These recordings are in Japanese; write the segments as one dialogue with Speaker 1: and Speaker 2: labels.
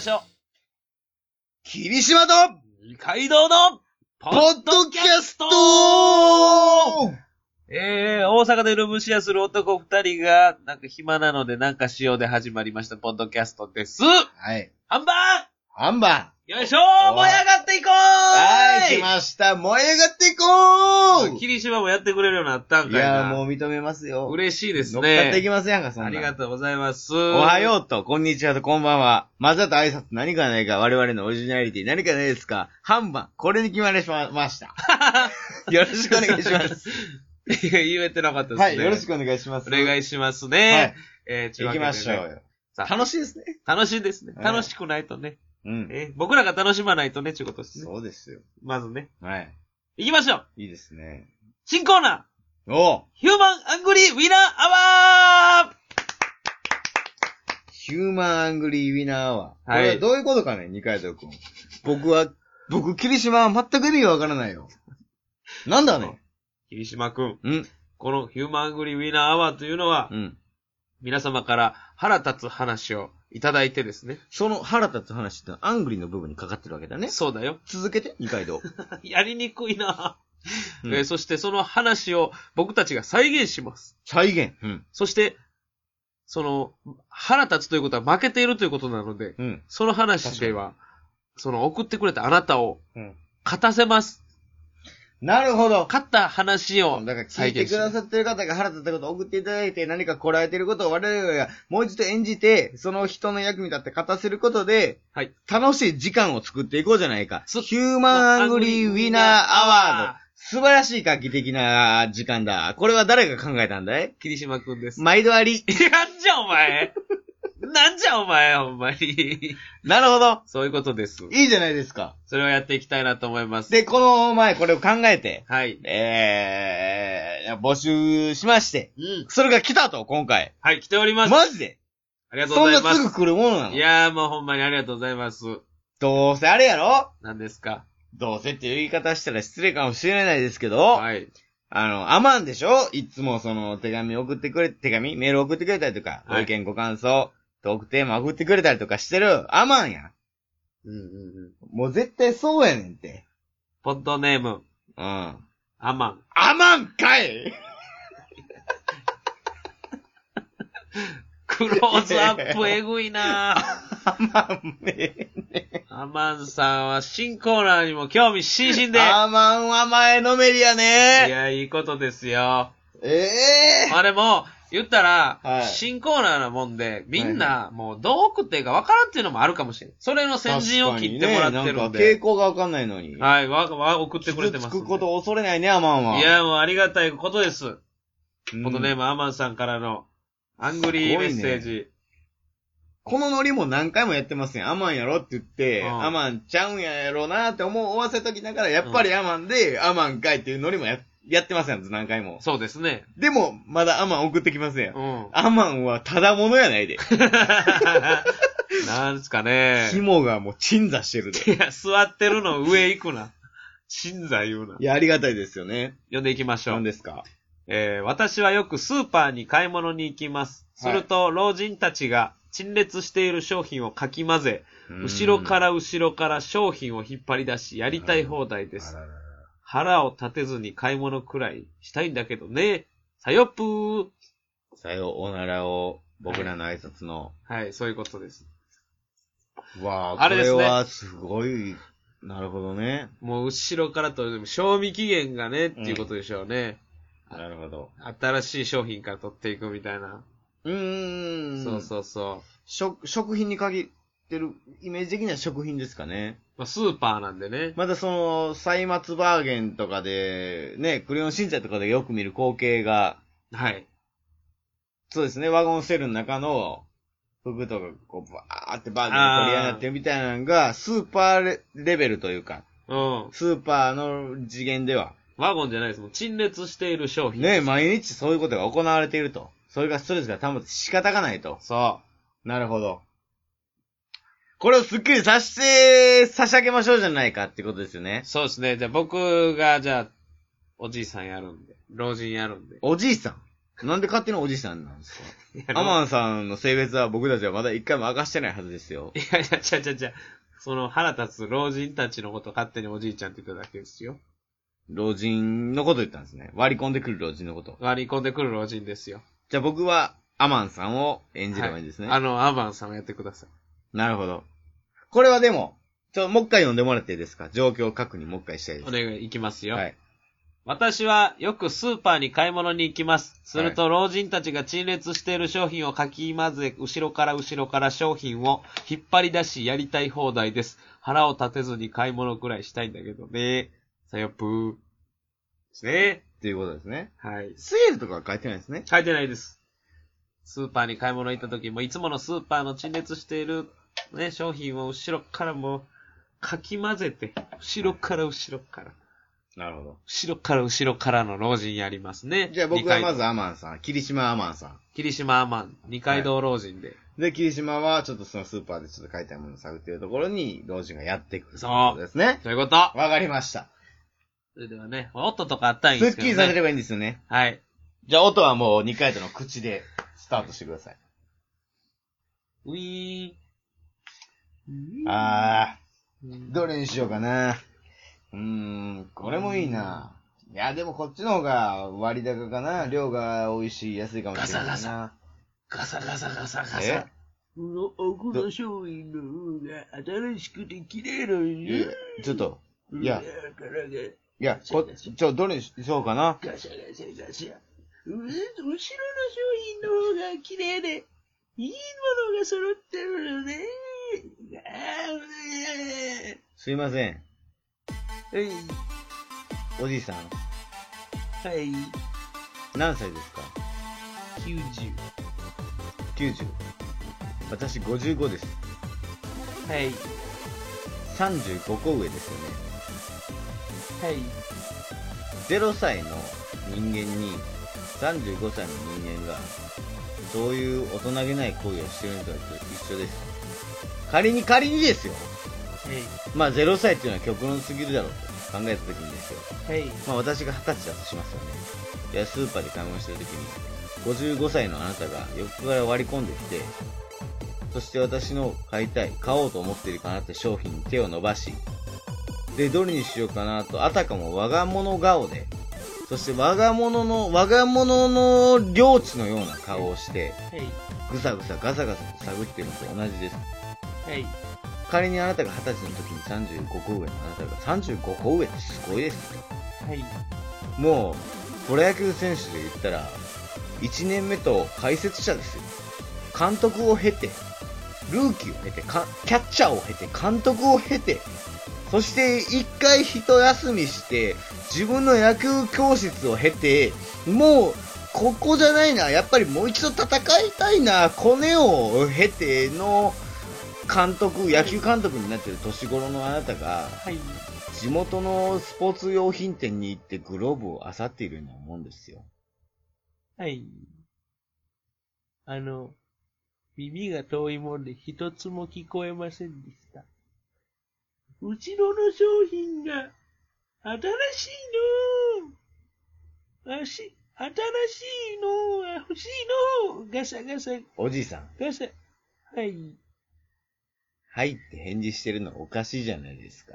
Speaker 1: しょう。
Speaker 2: 霧島と、
Speaker 1: 二階堂の、ポ
Speaker 2: ポッ
Speaker 1: ッ
Speaker 2: ド
Speaker 1: ドキ
Speaker 2: キャ
Speaker 1: ャ
Speaker 2: ス
Speaker 1: ス
Speaker 2: ト
Speaker 1: ト
Speaker 2: は
Speaker 1: えー、大阪でルームシェアする男二人が、なんか暇なのでなんかしようで始まりました、ポッドキャストです。
Speaker 2: い。
Speaker 1: ハンバ
Speaker 2: ハンバ
Speaker 1: ーよいしょ
Speaker 2: お
Speaker 1: ー
Speaker 2: い
Speaker 1: 燃え上がっていこう
Speaker 2: ーはい、来
Speaker 1: す
Speaker 2: ました燃え上がっていこ
Speaker 1: 霧島もやってくれるようになったん
Speaker 2: う
Speaker 1: か
Speaker 2: い
Speaker 1: いな。
Speaker 2: やーもう認めますよ。
Speaker 1: 嬉しいです
Speaker 2: 乗っかってい
Speaker 1: ね。
Speaker 2: きますやんか、そんな
Speaker 1: あ
Speaker 2: ん
Speaker 1: りがとうございます。お
Speaker 2: おはようと、こんにちはと、こんばんは。まざと挨拶何かないか、我々のオリジナリティ何かないですか半番、これに決まりま した。よろしくお願いします。
Speaker 1: う。言えてなかったですね。
Speaker 2: はい、よろしくお願いします。
Speaker 1: お願いします
Speaker 2: は
Speaker 1: ね
Speaker 2: い。、
Speaker 1: えー、という
Speaker 2: 行
Speaker 1: わ
Speaker 2: き
Speaker 1: けでね
Speaker 2: ましょうよ。
Speaker 1: さあ
Speaker 2: 楽しいですね。
Speaker 1: 楽しいですね。
Speaker 2: はい
Speaker 1: 楽しくないとね。
Speaker 2: うん。
Speaker 1: えー僕らが楽しまないとね、ちゅうことですね。
Speaker 2: そうですよ。
Speaker 1: まずね。
Speaker 2: はい。
Speaker 1: 行きましょう
Speaker 2: いいですね。
Speaker 1: 新コーナー
Speaker 2: お
Speaker 1: ヒューマンアングリーウィナーアワー
Speaker 2: ヒューマンアングリーウィナーは。
Speaker 1: はい
Speaker 2: これはどういうことかね、二階堂くん。僕は、僕、霧島は全く意味がわからないよ。なんだね。
Speaker 1: 霧島くん、
Speaker 2: うん。
Speaker 1: このヒューマンアングリーウィナーアワーというのは、
Speaker 2: うん。
Speaker 1: 皆様から腹立つ話をいただいてですね。
Speaker 2: その腹立つ話ってのはアングリーの部分にかかってるわけだね。
Speaker 1: そうだよ。
Speaker 2: 続けて、二階 堂。
Speaker 1: やりにくいな、
Speaker 2: うん
Speaker 1: えーそしてその話を僕たちが再現します。
Speaker 2: 再現。うん。
Speaker 1: そして、その、腹立つということは負けているということなので、
Speaker 2: うん。
Speaker 1: その話では、その送ってくれたあなたを
Speaker 2: うん。
Speaker 1: 勝たせます。
Speaker 2: なるほど。
Speaker 1: 勝った話を
Speaker 2: だから聞
Speaker 1: 再
Speaker 2: いて
Speaker 1: 現
Speaker 2: く
Speaker 1: し
Speaker 2: だ
Speaker 1: ます。
Speaker 2: さってる方が腹立ったことを送っていただいて何かこらえてることを我々がもう一度演じて、その人の役に立って勝たせることで、
Speaker 1: はい
Speaker 2: 楽しい時間を作っていこうじゃないか。ヒ
Speaker 1: そ
Speaker 2: ューマンアングリーウィナーアワード。素晴らしい画期的な時間だ。これは誰が考えたんだい
Speaker 1: 霧島くんです。
Speaker 2: 毎度あり。
Speaker 1: なんじゃお 前なんじゃお前ほんまに。
Speaker 2: なるほど。
Speaker 1: そういうことです。
Speaker 2: いいじゃないですか。
Speaker 1: それをやっていきたいなと思います。
Speaker 2: で、この前これを考えて、
Speaker 1: はい。
Speaker 2: えー、募集しまして、
Speaker 1: うん。
Speaker 2: それが来たと、今回。
Speaker 1: はい、来ております。
Speaker 2: マジで
Speaker 1: ありがとう
Speaker 2: そ
Speaker 1: ご
Speaker 2: ん
Speaker 1: ざ
Speaker 2: ない
Speaker 1: ますす。
Speaker 2: ぐ来るものなの
Speaker 1: いやーもうほんまにありがとうございます。
Speaker 2: どうせあれやろ
Speaker 1: 何ですか
Speaker 2: どうせっていう言い方したら失礼かもしれないですけど、
Speaker 1: はい。
Speaker 2: あの、アマンでしょいつもその手紙送ってくれ、手紙メール送ってくれたりとか、
Speaker 1: はい
Speaker 2: ご意見ご感想、トークテーマ送ってくれたりとかしてるアマンやん。
Speaker 1: うんうんうん。
Speaker 2: もう絶対そうやねんって。
Speaker 1: ポッドネーム、
Speaker 2: うん。ア
Speaker 1: アマン。
Speaker 2: マンかい
Speaker 1: クローズアップえぐいな ー
Speaker 2: アマンね。
Speaker 1: アマンさんは新コーナーにも興味津々で。
Speaker 2: アマンは前のめりや
Speaker 1: い
Speaker 2: ね。
Speaker 1: や、いいことですよ。
Speaker 2: ええ
Speaker 1: ま あでも、言ったら、
Speaker 2: はい
Speaker 1: 新コーナーなもんで、みんな、もうどう送っていいか分からんっていうのもあるかもしれない。それの先陣を切ってもらってるん
Speaker 2: 確かにねなん
Speaker 1: で。
Speaker 2: か傾向がわかんないのに。
Speaker 1: はい、わ、わ、送ってくれてますんで。
Speaker 2: 傷つくことを恐れないね、アマンは。
Speaker 1: い、や、もうありがたいことです。
Speaker 2: うん
Speaker 1: このね、アマンさんからの、アングリーメッセージ。
Speaker 2: このノリも何回もやってますね。アマンやろって言って、
Speaker 1: うん
Speaker 2: アマンちゃうんやろなって思わせときながら、やっぱりアマンで、アマンかいっていうノリもややってますやん、何回も。
Speaker 1: そうですね。
Speaker 2: でも、まだアマン送ってきますやん。
Speaker 1: うん。
Speaker 2: アマンはただものやないで。
Speaker 1: なんすかね。
Speaker 2: 紐がもう鎮座してるで。
Speaker 1: い や、座ってるの上行くな。新座言うな。
Speaker 2: いや、ありがたいですよね。
Speaker 1: 呼んでいきましょう
Speaker 2: 何。ですか
Speaker 1: えー私はよくスーパーに買い物に行きます。す
Speaker 2: はい
Speaker 1: ると、老人たちが陳列している商品をかき混ぜ、後ろからら後ろから商品を引っ張り出し、やりたい放題です。腹を立てずに買い物くらいしたいんだけどね。さよぷー。
Speaker 2: さようならを、僕らの挨拶の。
Speaker 1: はい、そういうことです。
Speaker 2: わあ、
Speaker 1: あ
Speaker 2: こ
Speaker 1: れで
Speaker 2: れ
Speaker 1: すね
Speaker 2: はすごい、なるほどね。
Speaker 1: もう後ろからと、でも賞味期限がね、っていうことでしょうね。
Speaker 2: なるほど。
Speaker 1: 新しい商品から取っていくみたいな。
Speaker 2: うーん。
Speaker 1: そうそうそう。
Speaker 2: 食、食品に限ってる、イメージ的には食品ですかね。
Speaker 1: まあ、スーパーなんでね。
Speaker 2: まだその、歳末バーゲンとかで、ね、クレヨンしんちゃんとかでよく見る光景が、
Speaker 1: はい。
Speaker 2: そうですね、ワゴンセールの中の、服とか、こう、バーってバーゲン取り合ってるみたいなのが、スーパーレレベルというか、
Speaker 1: うん。
Speaker 2: スーパーの次元では、
Speaker 1: ワゴンじゃないです。もう陳列している商品。
Speaker 2: ね、毎日そういうことが行われていると。それがストレスが保って仕方がないと。
Speaker 1: そう。
Speaker 2: なるほど。これをスッキリさせて、差し上げましょうじゃないかってことですよね。
Speaker 1: そうですね。じゃあ僕が、じゃあ、おじいさんやるんで、老人やるんで、
Speaker 2: おじいさん。なんで勝手におじさんなんです か
Speaker 1: いや
Speaker 2: アマンさんの性別は僕たちはまだ一回も明かしてないはずですよ
Speaker 1: い。やいや、ちゃうちゃうちゃう。その腹立つ老人たちのこと勝手におじいちゃんって言っただけですよ。
Speaker 2: 老人のこと言ったんですね。割り込んでくる老人のこと。
Speaker 1: 割り込んでくる老人ですよ。
Speaker 2: じゃあ僕はアマンさんを演じればいいんですね。
Speaker 1: はいあの、アバンさんをやってください。
Speaker 2: なるほど。これはでも、ちょ、もう一回読んでもらっていいですか状況を確認もう一回したいです。
Speaker 1: お願い、いきますよ。
Speaker 2: はい。
Speaker 1: 私はよくスーパーに買い物に行きます。すると老人たちが陳列している商品をかき混ぜ、後ろから後ろから商品を引っ張り出しやりたい放題です。腹を立てずに買い物くらいしたいんだけどね。さよぷー。ですね。
Speaker 2: ということですね。
Speaker 1: はい。
Speaker 2: セールとかは書いてないですね。
Speaker 1: 書いてないです。スーパーに買い物行った時も、いつものスーパーの陳列している、ね、商品を後ろからもうかき混ぜて、後ろから後ろから、
Speaker 2: なるほど。
Speaker 1: 後ろから後ろからの老人やりますね。
Speaker 2: じゃあ僕はま
Speaker 1: ず。
Speaker 2: ずアマンさん、霧島アマンさ
Speaker 1: 霧島アマン、二階堂老人で。
Speaker 2: ん。で、霧島はちょっとそのスーパーでちょっと書いたものを探っているところに老人がやってくる。
Speaker 1: そう
Speaker 2: ということですね。
Speaker 1: ということ。
Speaker 2: わかりました。
Speaker 1: それではね、まあ音とかあったらいいん
Speaker 2: ス
Speaker 1: で
Speaker 2: ッ
Speaker 1: すけ
Speaker 2: キ
Speaker 1: ど、
Speaker 2: リ
Speaker 1: ね。
Speaker 2: させればいいんですよね。
Speaker 1: はい。
Speaker 2: じゃあ音はもう2回との口でスタートしてください。
Speaker 1: ウィーン。
Speaker 2: あー、
Speaker 1: ー
Speaker 2: どれにしようかな。うーん、これもいいな。いや、でもこっちの方が割高かな。量が美味しい、安いかもしれないな。
Speaker 1: ガサガサガサガサガ
Speaker 2: え
Speaker 1: サ。この奥の商品の方が新しくて綺麗なの
Speaker 2: い
Speaker 1: に
Speaker 2: や。ちょっと、いや、
Speaker 1: だからね
Speaker 2: いや、こちょ、どれにしようかな。
Speaker 1: ガシャガシャガシャ。う後ろの商品の方が綺麗で、いいものが揃ってるよね。あーね
Speaker 2: すいません。
Speaker 1: ー
Speaker 2: おじいさ
Speaker 1: はい。はい。
Speaker 2: ん、何歳ですか
Speaker 1: 90。
Speaker 2: ?90。私55です。
Speaker 1: はい。
Speaker 2: 35個上ですよね。
Speaker 1: はい。
Speaker 2: 0歳の人間に35歳の人間がそういう大人げない行為をしてるのと一緒です仮に仮にですよまあ0歳っていうのは極論すぎるだろうと考えた時にですよ
Speaker 1: はい。はい。
Speaker 2: まあ私が20歳だとしますよねいやスーパーで買い物してる時に55歳のあなたが横から割り込んできてそして私の買いたい買おうと思っているかなって商品に手を伸ばしでどれにしようかなとあたかも我が物顔でそして我が物の我が物の領地のような顔をして
Speaker 1: はい。
Speaker 2: ぐさぐさガサガサと探っているのと同じです
Speaker 1: はい。
Speaker 2: 仮にあなたが20歳の時に35個上のあなたが35個上ってすごいです
Speaker 1: はい。
Speaker 2: もう、プロ野球選手で言ったら、1年目と解説者ですよ。監督を経て、ルーキーを経て、かキャッチャーを経て、監督を経て、そして一回一休みして、自分の野球教室を経て、もう、ここじゃないな、やっぱりもう一度戦いたいな、コネを経ての監督、野球監督になってる年頃のあなたが、
Speaker 1: はい。
Speaker 2: 地元のスポーツ用品店に行ってグローブを漁っているようなもんですよ。
Speaker 1: はい。あの、耳が遠いもんで一つも聞こえませんでした。うちのの商品が新しいのあし、新しいのが欲しいのガサガサ、
Speaker 2: おじいさん、
Speaker 1: ガサ。はい。
Speaker 2: はいって返事してるのおかしいじゃないですか。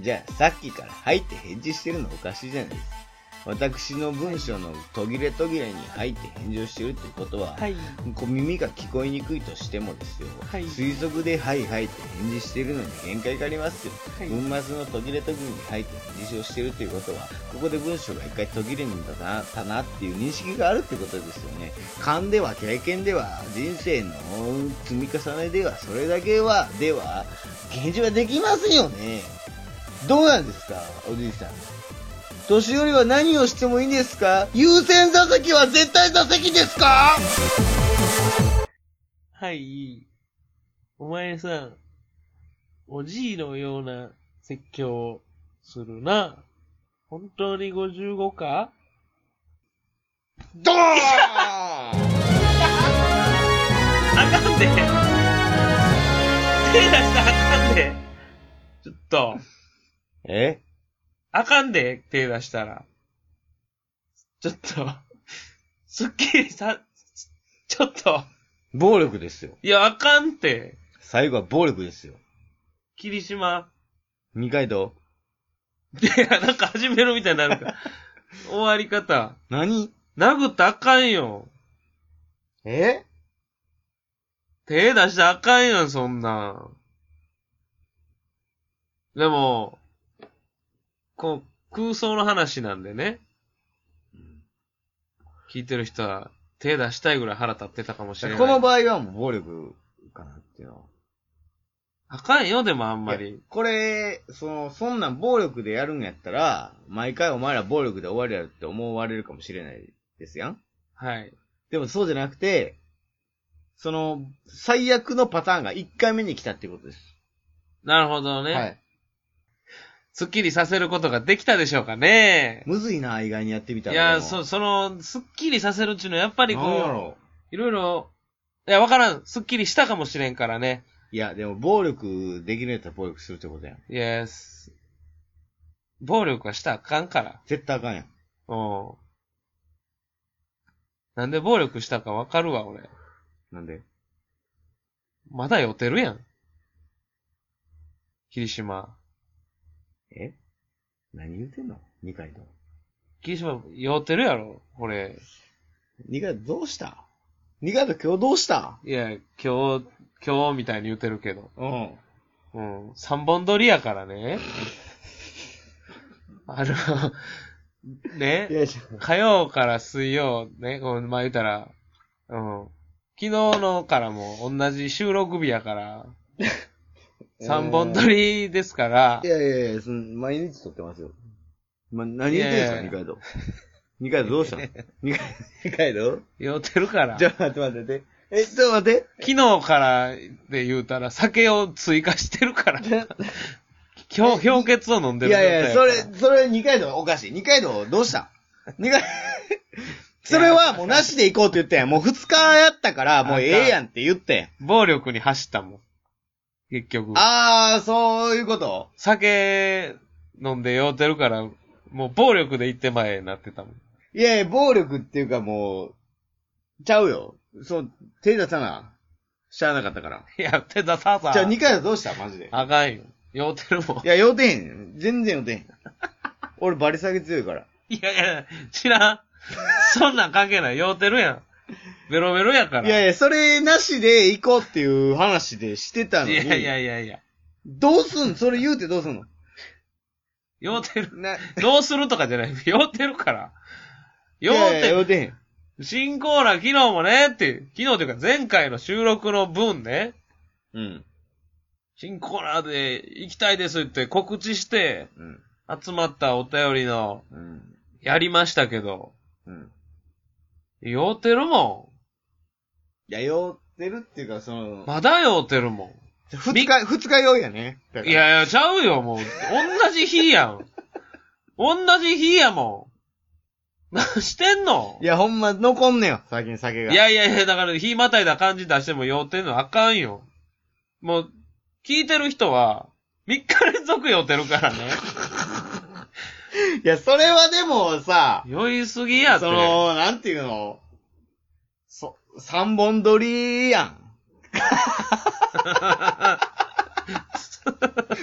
Speaker 2: じゃあ、さっきからはいって返事してるのおかしいじゃないですか。私の文章の途切れ途切れにはいって返事をしてるってことは、
Speaker 1: はい。
Speaker 2: こう耳が聞こえにくいとしてもですよ、
Speaker 1: はい
Speaker 2: 推測ではいはいって返事してるのに限界がありますよ。
Speaker 1: はい。
Speaker 2: 文末の途切れ途切れに入って返事をしているということは、ここで文章が一回途切れるんだな、たなっていう認識があるってことですよね。勘では経験では、人生の積み重ねでは、それだけは、では、返事はできませんよね。どうなんですか、おじいさん。年寄りは何をしてもいいんですか優先座席は絶対座席ですか
Speaker 1: はい。お前さ、おじいのような説教をするな。本当に55か
Speaker 2: ドーン
Speaker 1: あかんで手出したらあかんでちょっと、
Speaker 2: え
Speaker 1: あかんで手出したら。ちょっと、すっきりさ、ちょっと、
Speaker 2: 暴力ですよ。
Speaker 1: いや、あかんって。
Speaker 2: 最後は暴力ですよ。
Speaker 1: 霧島。
Speaker 2: 二階堂。
Speaker 1: いや、なんか始めるみたいになるから。終わり方。
Speaker 2: 何
Speaker 1: 殴ったらあかんよ。
Speaker 2: え
Speaker 1: 手出したらあかんやん、そんなん。でも、こう、空想の話なんでね。聞いてる人は、手出したいぐらい腹立ってたかもしれない。
Speaker 2: この場合はもう暴力かなっていうのは。
Speaker 1: あかんよ、でもあんま
Speaker 2: いや
Speaker 1: り。
Speaker 2: これ、その、そんなん暴力でやるんやったら、毎回お前ら暴力で終わりやろって思われるかもしれないですやん。
Speaker 1: はい。
Speaker 2: でもそうじゃなくて、その、最悪のパターンが1回目に来たってことです。
Speaker 1: なるほどね。
Speaker 2: はい。
Speaker 1: すっきりさせることができたでしょうかね。
Speaker 2: むずいな、意外にやってみた
Speaker 1: い
Speaker 2: ら。
Speaker 1: や、そ、その、すっきりさせるっちゅうのは、やっぱ
Speaker 2: う
Speaker 1: りこ
Speaker 2: なんや
Speaker 1: う、
Speaker 2: ろ
Speaker 1: いろいろ、いや、わからん。すっきりしたかもしれんからね。
Speaker 2: う。いや、でも暴力できるんやったら暴力するってことやん。
Speaker 1: イエス。暴力はしたらあかんから。
Speaker 2: 絶対あかんやん。
Speaker 1: うん。なんで暴力したかわかるわ、俺。
Speaker 2: なんで
Speaker 1: まだ酔ってるやん。霧島。
Speaker 2: え何言うてんの二階堂。
Speaker 1: 霧島、酔ってるやろ、俺。
Speaker 2: 二階堂どうした二階堂今日どうした
Speaker 1: いや、今日、今日みたいに言ってるけど。
Speaker 2: うん。
Speaker 1: うん。三本撮りやからね。あの、ね。
Speaker 2: やいや、
Speaker 1: 火曜から水曜、ね、この、まあ、言うたら、うん。昨日のからも同じ収録日や から、3本撮りですから
Speaker 2: い、やいやいや、その毎日撮ってますよ。ま、何言ってんすか、
Speaker 1: いやいや
Speaker 2: 二階 堂。二階堂どうした の二階二階堂
Speaker 1: 酔ってるから、
Speaker 2: じゃ
Speaker 1: 昨
Speaker 2: あ待って待って待って。え、ちょっと待って。
Speaker 1: 日からで言うたら酒を追加してるから、氷氷結を飲んで
Speaker 2: い
Speaker 1: る状態
Speaker 2: やいや、そ
Speaker 1: から
Speaker 2: れ、それ二階堂おかしい。二階堂どうした二 階、それはもうなしで行こうって言ったやん。もう二日やったから、もうええやんって言ったやん。
Speaker 1: 暴力に走ったもん。結局。
Speaker 2: あー、そういうこと
Speaker 1: 酒飲んで酔ってるから、もう暴力で行って前になってたもん。
Speaker 2: いやいや、暴力っていうかもう、ちゃうよ。そう、手出さな、しゃあなかったから。
Speaker 1: いや、手出ささ。
Speaker 2: じゃあ二階堂どうしたマジで。
Speaker 1: あかんよ。酔ってるもん
Speaker 2: い。や、酔うてへん。全然酔うてへん。 俺バリ下げ強いから。
Speaker 1: いやいや、知らん。そんなん関係ない。酔うてるやん。ベロベロやから。
Speaker 2: いやいや、それなしで行こうっていう話でしてたのに。
Speaker 1: いやいやいやいや。
Speaker 2: どうすんのそれ言うてどうすんの
Speaker 1: 酔うてる。
Speaker 2: な、
Speaker 1: どうするとかじゃない。酔うてるから。酔う
Speaker 2: いやいや酔
Speaker 1: て、
Speaker 2: うてへん。
Speaker 1: 新コーナー昨日もねって、昨日というか前回の収録の分ね、
Speaker 2: うん。
Speaker 1: 新コーナーで行きたいですって告知して、
Speaker 2: うん。
Speaker 1: 集まったお便りの、
Speaker 2: うん。
Speaker 1: やりましたけど、
Speaker 2: うん。
Speaker 1: 酔うてるも
Speaker 2: いや、酔ってるっていうか、その
Speaker 1: ん。、まだ酔うてるもん。
Speaker 2: 二日、二日酔いやね。だから
Speaker 1: い、やいや、ちゃうよ、もう。同じ日やん。同じ日やもん。何してんの
Speaker 2: いや、ほんま、残んねよ。最近酒が。
Speaker 1: い、やいやいや、だから、日またいだ感じ出しても酔ってんのあかんよ。もう、聞いてる人は、3日連続酔ってるからね。
Speaker 2: いや、それはでもさ、
Speaker 1: 酔いすぎやって。
Speaker 2: その、なんていうの、そ、三本撮り やん。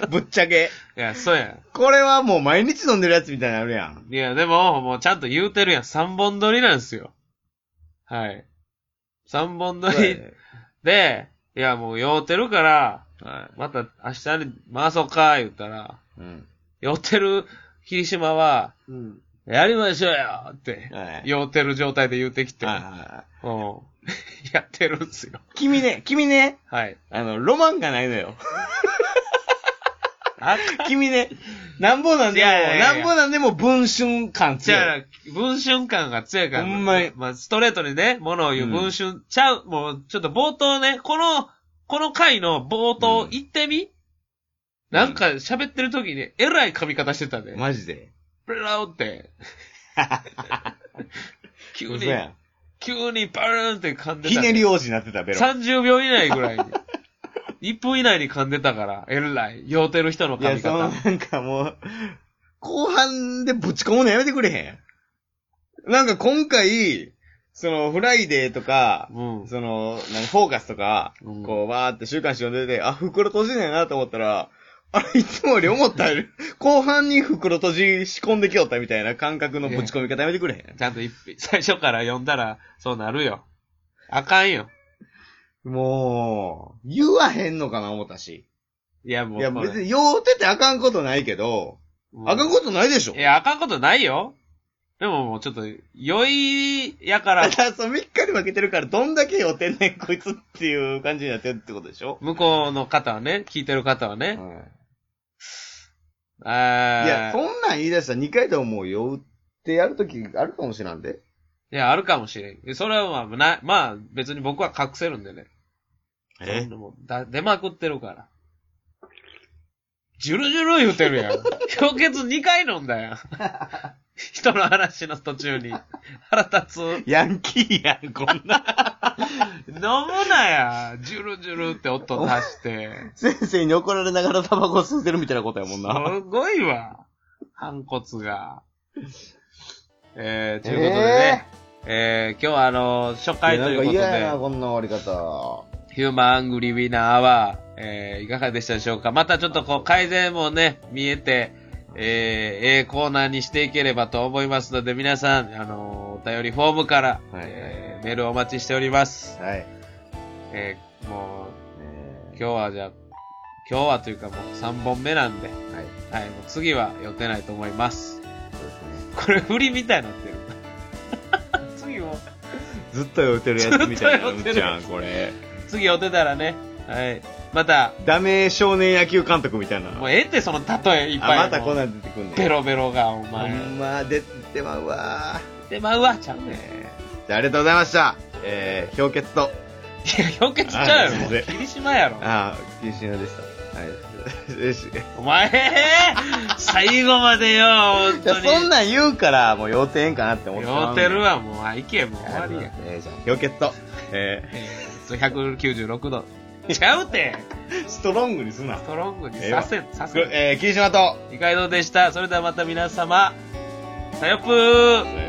Speaker 2: ぶっちゃけ。
Speaker 1: いや、そうや。
Speaker 2: これはもう毎日飲んでるやつみたいになるやん。
Speaker 1: いや、でも、もうちゃんと言うてるやん。3本撮りなんすよ。はい。3本撮りで、いや、もう酔ってるから、
Speaker 2: は
Speaker 1: また明日に回そうか、言ったら、
Speaker 2: い。うん。
Speaker 1: 酔ってる霧島は、
Speaker 2: うん。
Speaker 1: やりましょうよって、
Speaker 2: はい
Speaker 1: 酔ってる状態で言ってきて、
Speaker 2: はいはいはい
Speaker 1: うん やってるんすよ。
Speaker 2: 君ね、君ね、
Speaker 1: はい。
Speaker 2: あの、ロマンがないの よ。
Speaker 1: あ、
Speaker 2: 君ね、なんぼなんでも、
Speaker 1: いやいやいや
Speaker 2: なんぼなんでも文春感
Speaker 1: じ
Speaker 2: 強い。
Speaker 1: ゃあ、文春感が強いから、
Speaker 2: ほんまに
Speaker 1: まあ、ストレートにね、ものを言う
Speaker 2: うん
Speaker 1: 文春、ちゃう、もう、ちょっと冒頭ね、この、この回の冒頭
Speaker 2: うん
Speaker 1: 行ってみ、なんか喋ってる時に、えらい噛み方してたね。
Speaker 2: マジで。
Speaker 1: ブラウ って。急
Speaker 2: 嘘
Speaker 1: に、
Speaker 2: やん。
Speaker 1: 急にバーンって噛んでた、
Speaker 2: ひねり王子になってた、ベロ。
Speaker 1: 30秒以内ぐらいに。1分以内に噛んでたから、えらい。酔うてる人の
Speaker 2: いや、
Speaker 1: 髪
Speaker 2: その、
Speaker 1: 型。
Speaker 2: なんかもう、後半でぶち込むのやめてくれへん。なんか今回、その、フライデーとか、
Speaker 1: うん。
Speaker 2: その、何、フォーカスとか、
Speaker 1: うん
Speaker 2: こう、わーって週刊誌読んでて、あ、袋閉じねえなと思ったら、あれ、いつもより思ったより、後半に袋閉じ仕込んできよったみたいな感覚のぶち込み方やめてくれへん。
Speaker 1: ちゃんと一品、最初から読んだら、そうなるよ。あかんよ。
Speaker 2: もう、言わへんのかな思ったし。
Speaker 1: いや、もう。
Speaker 2: いや、
Speaker 1: これ
Speaker 2: 別に、酔うててあかんことないけど、
Speaker 1: もう
Speaker 2: あかんことないでしょ
Speaker 1: いや、あかんことないよ。でももうちょっと、酔い、やから
Speaker 2: だ、から、その3日に負けてるから、どんだけ酔ってんねん、こいつっていう感じになってるってことでしょ
Speaker 1: 向こうの方はね、聞いてる方はね、
Speaker 2: い
Speaker 1: あー
Speaker 2: や、そんなん言い出したら2回でももう酔うってやるときあるかもしれんで。
Speaker 1: いや、あるかもしれん。それはまあ、な、まあ、別に僕は隠せるんでね。そんなもんだ出まくってるから。ジュルジュル言うてるやん。氷結2回飲んだやん。 人の話の途中に。腹立つ。
Speaker 2: ヤンキーやん、こんな。
Speaker 1: 飲むなや。ジュルジュルって音出して。
Speaker 2: 先生に怒られながらタバコ吸ってるみたいなことやもんな。
Speaker 1: すごいわ。反骨が。えー、ということでね。えー今日はあの、初回ということで。
Speaker 2: こんな終わり方。
Speaker 1: ヒューマンアングリーウィナーは、えー、いかがでしたでしょうかまたちょっとこう改善もね、見えて、えー、ええコーナーにしていければと思いますので、皆さん、あのーお便りフォームから、
Speaker 2: はい
Speaker 1: えーメールお待ちしております。
Speaker 2: はい。
Speaker 1: えー、もう、今日はじゃあ、今日はというかもう3本目なんで、
Speaker 2: 日。はい。
Speaker 1: はい、もう次は予定ないと思います。
Speaker 2: そうですね。
Speaker 1: これ振りみたいになってる。 次も、
Speaker 2: ずっと酔ってるやつみたいな
Speaker 1: ずっと酔
Speaker 2: の
Speaker 1: ってる
Speaker 2: じゃん、これ。
Speaker 1: 次予定たらね、はい、また、
Speaker 2: ダメ少年野球監督みたいな。
Speaker 1: もうええってその例えいっ
Speaker 2: あ、
Speaker 1: ぱい。
Speaker 2: またこんなん出てくんねん。
Speaker 1: ベロベロが、お
Speaker 2: ほ
Speaker 1: 前。
Speaker 2: んま、出てまうわ
Speaker 1: で、まあ、うわ、ちゃう
Speaker 2: ー。
Speaker 1: ねん。い
Speaker 2: ねじゃあ、ありがとうございました。えー、氷結と。
Speaker 1: や、氷結ちゃう
Speaker 2: あ
Speaker 1: や
Speaker 2: すい
Speaker 1: ろ。
Speaker 2: ません
Speaker 1: 霧島やろ。
Speaker 2: ああ、禁止のでした。はい。よし。
Speaker 1: お前、最後までよ、本
Speaker 2: じゃ
Speaker 1: 当
Speaker 2: あ
Speaker 1: に。
Speaker 2: そんなん言うから、もう要点かなって思って
Speaker 1: 酔うてる。わ、もう。あ、行け、もう終わりや。
Speaker 2: えー、じゃあ、氷結と。え
Speaker 1: えー、196度。ちゃうて、
Speaker 2: ー、ストロングにすな
Speaker 1: ス。トロングにさせ、させ。
Speaker 2: えー、霧島と。
Speaker 1: 二階堂でした。それではまた皆様、さよぷー。
Speaker 2: さよ